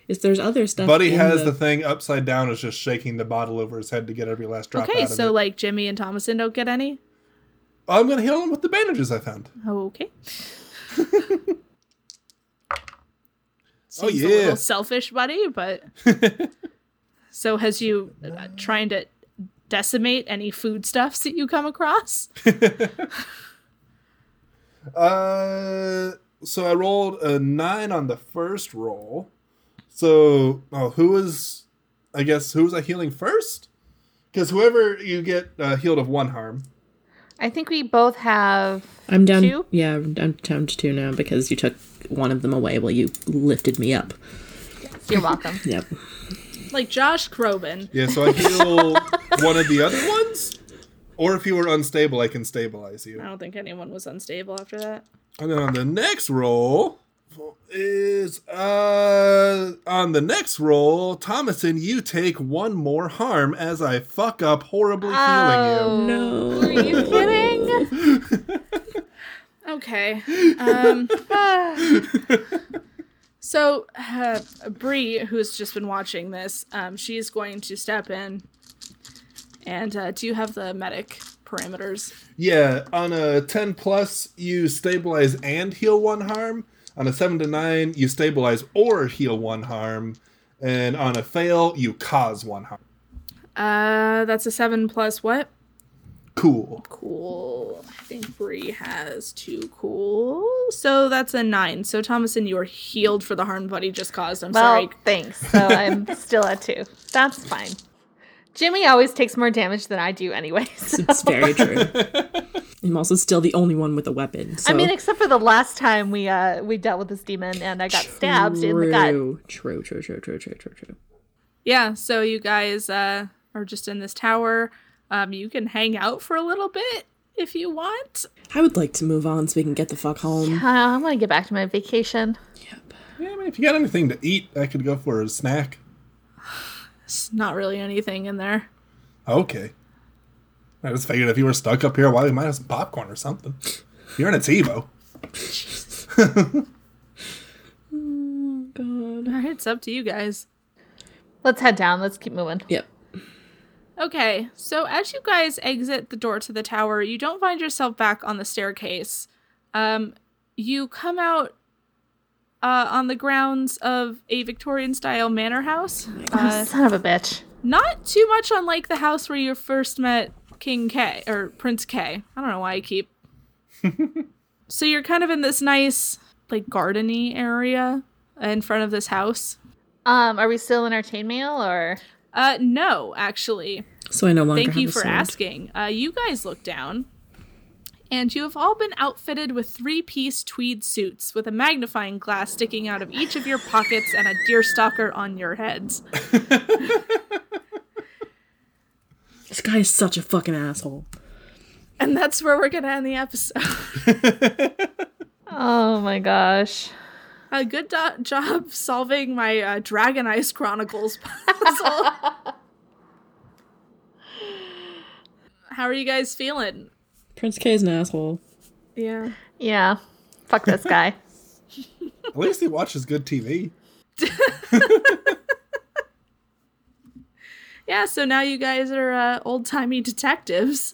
Speaker 2: If there's other stuff.
Speaker 3: Buddy
Speaker 2: in
Speaker 3: has the thing upside down, is just shaking the bottle over his head to get every last drop
Speaker 1: okay,
Speaker 3: out of
Speaker 1: so
Speaker 3: it.
Speaker 1: like Jimmy and Thomason don't get any.
Speaker 3: I'm gonna heal him with the bandages I found.
Speaker 1: Okay.
Speaker 3: Oh
Speaker 1: Seems a
Speaker 3: yeah.
Speaker 1: little selfish, buddy, but so has you uh, trying to decimate any foodstuffs that you come across?
Speaker 3: Uh, so I rolled a nine on the first roll. So, oh, who was? I guess who was I healing first? Because whoever you get uh, healed of one harm.
Speaker 4: I think we both have.
Speaker 2: I'm down.
Speaker 4: Two?
Speaker 2: Yeah, I'm down, down to two now because you took one of them away while you lifted me up.
Speaker 4: You're welcome.
Speaker 2: Yep.
Speaker 1: Like Josh Crobin.
Speaker 3: Yeah, so I heal one of the other ones. Or if you were unstable, I can stabilize you.
Speaker 1: I don't think anyone was unstable after that.
Speaker 3: And then on the next roll is uh on the next roll, Thomason, you take one more harm as I fuck up horribly healing you.
Speaker 2: No.
Speaker 4: Are you kidding?
Speaker 1: Okay. Um, so, uh, Bree, who's just been watching this, um, she's going to step in. And uh, do you have the medic parameters?
Speaker 3: Yeah, on a ten plus, you stabilize and heal one harm. On a seven to nine, you stabilize or heal one harm. And on a fail, you cause one harm.
Speaker 1: Uh, that's a seven plus what?
Speaker 3: Cool.
Speaker 1: Cool. I think Bree has two cool. So that's a nine. So Thomason, you are healed for the harm Buddy just caused. I'm
Speaker 4: Well,
Speaker 1: sorry.
Speaker 4: thanks. So I'm still at two. That's fine. Jimmy always takes more damage than I do, anyway. so-
Speaker 2: It's very true. I'm also still the only one with a weapon. So.
Speaker 4: I mean, except for the last time we uh we dealt with this demon and I got stabbed in the gut.
Speaker 2: True, true, true, true, true, true, true, true.
Speaker 1: Yeah. So you guys uh, are just in this tower. Um, you can hang out for a little bit if you want.
Speaker 2: I would like to move on so we can get the fuck home.
Speaker 4: Uh, I'm gonna get back to my vacation.
Speaker 2: Yep.
Speaker 3: Yeah, I mean, if you got anything to eat, I could go for a snack.
Speaker 1: It's not really anything in there.
Speaker 3: Okay. I just figured if you were stuck up here, why you might have some popcorn or something. You're in a TiVo.
Speaker 2: God.
Speaker 1: All right, it's up to you guys.
Speaker 4: Let's head down. Let's keep moving.
Speaker 2: Yep.
Speaker 1: Okay, so as you guys exit the door to the tower, you don't find yourself back on the staircase. Um, you come out uh, on the grounds of a Victorian style manor house.
Speaker 4: Oh,
Speaker 1: Uh,
Speaker 4: son of a bitch.
Speaker 1: not too much unlike the house where you first met King K or Prince K. I don't know why I keep. so you're kind of in this nice, like, gardeny area in front of this house.
Speaker 4: Um, are we still in our chainmail or?
Speaker 1: Uh, no, actually.
Speaker 2: So I no longer
Speaker 1: Thank
Speaker 2: have
Speaker 1: you
Speaker 2: a
Speaker 1: for
Speaker 2: sword.
Speaker 1: asking. Uh, you guys look down, and you have all been outfitted with three piece tweed suits with a magnifying glass sticking out of each of your pockets and a deerstalker on your heads.
Speaker 2: This guy is such a fucking asshole.
Speaker 1: And that's where we're going to end the episode.
Speaker 4: Oh my gosh.
Speaker 1: A good do- job solving my uh, Dragon Ice Chronicles puzzle. How are you guys feeling?
Speaker 2: Prince K is an asshole.
Speaker 1: Yeah.
Speaker 4: Yeah. Fuck this guy.
Speaker 3: At least he watches good TV.
Speaker 1: Yeah, so now you guys are uh, old timey detectives.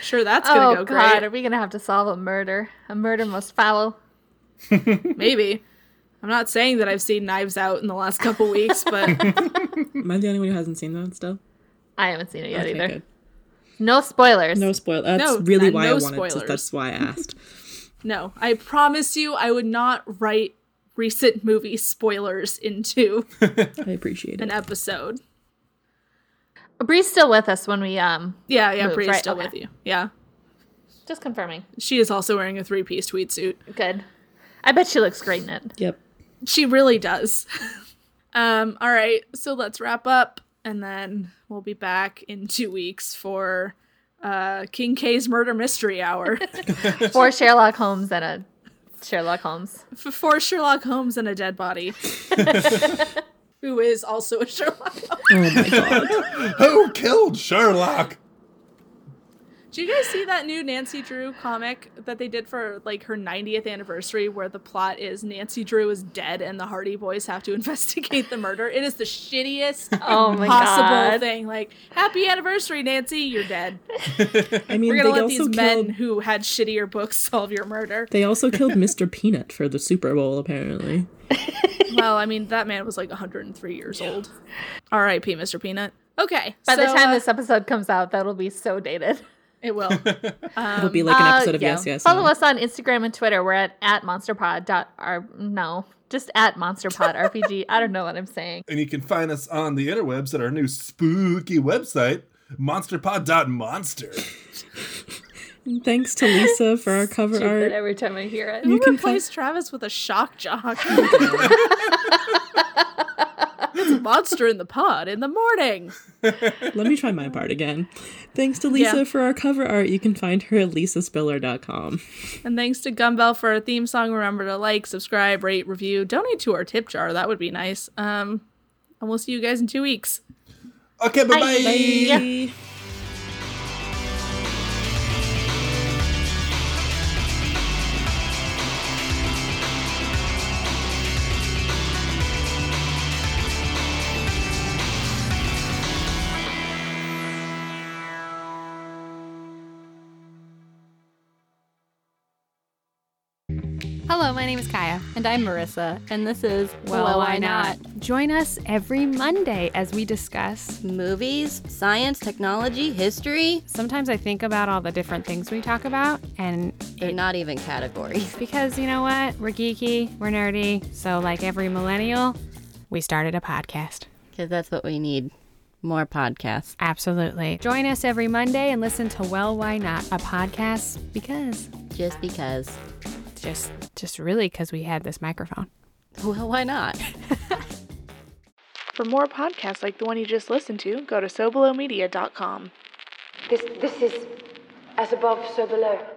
Speaker 1: sure, that's gonna
Speaker 4: oh
Speaker 1: go
Speaker 4: God, are we gonna have to solve a murder? A murder most foul.
Speaker 1: great. Maybe. I'm not saying that I've seen Knives Out in the last couple weeks, but
Speaker 2: Am I the only one who hasn't seen that still?
Speaker 4: I haven't seen it yet
Speaker 2: Okay,
Speaker 4: either.
Speaker 2: good.
Speaker 4: No spoilers.
Speaker 2: No spoil. That's
Speaker 1: No,
Speaker 2: really
Speaker 1: not-
Speaker 2: why
Speaker 1: no
Speaker 2: I wanted to.
Speaker 1: spoilers.
Speaker 2: That's why I asked.
Speaker 1: no, I promise you, I would not write recent movie spoilers into
Speaker 2: I appreciate
Speaker 1: an
Speaker 2: it.
Speaker 1: episode.
Speaker 4: Bree's still with us when we um
Speaker 1: Yeah, yeah,
Speaker 4: Move,
Speaker 1: Bree's
Speaker 4: right,
Speaker 1: still
Speaker 4: okay.
Speaker 1: with you. Yeah,
Speaker 4: just confirming.
Speaker 1: she is also wearing a three piece tweed suit.
Speaker 4: Good. I bet she looks great in it.
Speaker 2: Yep.
Speaker 1: She really does. um, all right, so let's wrap up, and then we'll be back in two weeks for uh, King K's Murder Mystery Hour
Speaker 4: Four Sherlock Holmes and a Sherlock Holmes.
Speaker 1: F- for Sherlock Holmes and a dead body, who is also a Sherlock. Holmes.
Speaker 2: Oh my god.
Speaker 3: Who killed Sherlock?
Speaker 1: Do you guys see that new Nancy Drew comic that they did for like her 90th anniversary, where the plot is Nancy Drew is dead and the Hardy Boys have to investigate the murder? It is the shittiest.
Speaker 4: Oh my
Speaker 1: possible
Speaker 4: god.
Speaker 1: thing like happy anniversary nancy you're dead
Speaker 2: I mean,
Speaker 1: We're
Speaker 2: they
Speaker 1: gonna let
Speaker 2: also
Speaker 1: these
Speaker 2: killed.
Speaker 1: men who had shittier books solve your murder.
Speaker 2: They also killed Mr. Peanut for the Super Bowl. Apparently,
Speaker 1: well, I mean, that man was like 103 years old. R.I.P. Mr. Peanut. Okay.
Speaker 4: By the
Speaker 1: so,
Speaker 4: time
Speaker 1: uh,
Speaker 4: this episode comes out, that'll be so dated.
Speaker 1: it will.
Speaker 2: it'll
Speaker 1: Um,
Speaker 2: be like an
Speaker 4: Uh,
Speaker 2: episode of
Speaker 4: yeah.
Speaker 2: Yes Yes.
Speaker 4: Follow
Speaker 2: No.
Speaker 4: us on Instagram and Twitter. We're at, at monsterpod. Dot, R, no, just at monsterpod RPG. I don't know what I'm saying.
Speaker 3: And you can find us on the interwebs at our new spooky website, monsterpod.monster.
Speaker 2: And Thanks to Lisa for our cover
Speaker 4: Stupid
Speaker 2: art.
Speaker 4: every time I hear it.
Speaker 1: Who
Speaker 2: You can find
Speaker 1: replaced Travis with a shock jock? it's a monster in the pod in the morning.
Speaker 2: Let me try my part again. Thanks to Lisa
Speaker 1: Yeah.
Speaker 2: for our cover art. You can find her at lisaspiller.com.
Speaker 1: And thanks to Gumbel for our theme song. Remember to like, subscribe, rate, review, donate to our tip jar. That would be nice. Um, and we'll see you guys in two weeks.
Speaker 3: Okay, bye-bye.
Speaker 4: Bye. Yeah.
Speaker 5: Hello, my name is Kaya.
Speaker 6: And I'm Marissa, and this is
Speaker 5: Well, Why Not?
Speaker 6: Join us every Monday as we discuss.
Speaker 5: Movies, science, technology, history.
Speaker 6: Sometimes I think about all the different things we talk about, and
Speaker 5: They're not even categories.
Speaker 6: because you know what? We're geeky, we're nerdy, so like every millennial, we started a podcast.
Speaker 5: Because that's what we need more podcasts.
Speaker 6: Absolutely. Join us every Monday and listen to Well Why Not, a podcast because
Speaker 5: Just because.
Speaker 6: just just really because we had this microphone.
Speaker 5: Well, why not?
Speaker 7: For more podcasts like the one you just listened to, go to SoBelowMedia.com.
Speaker 8: This, this is as above, so below.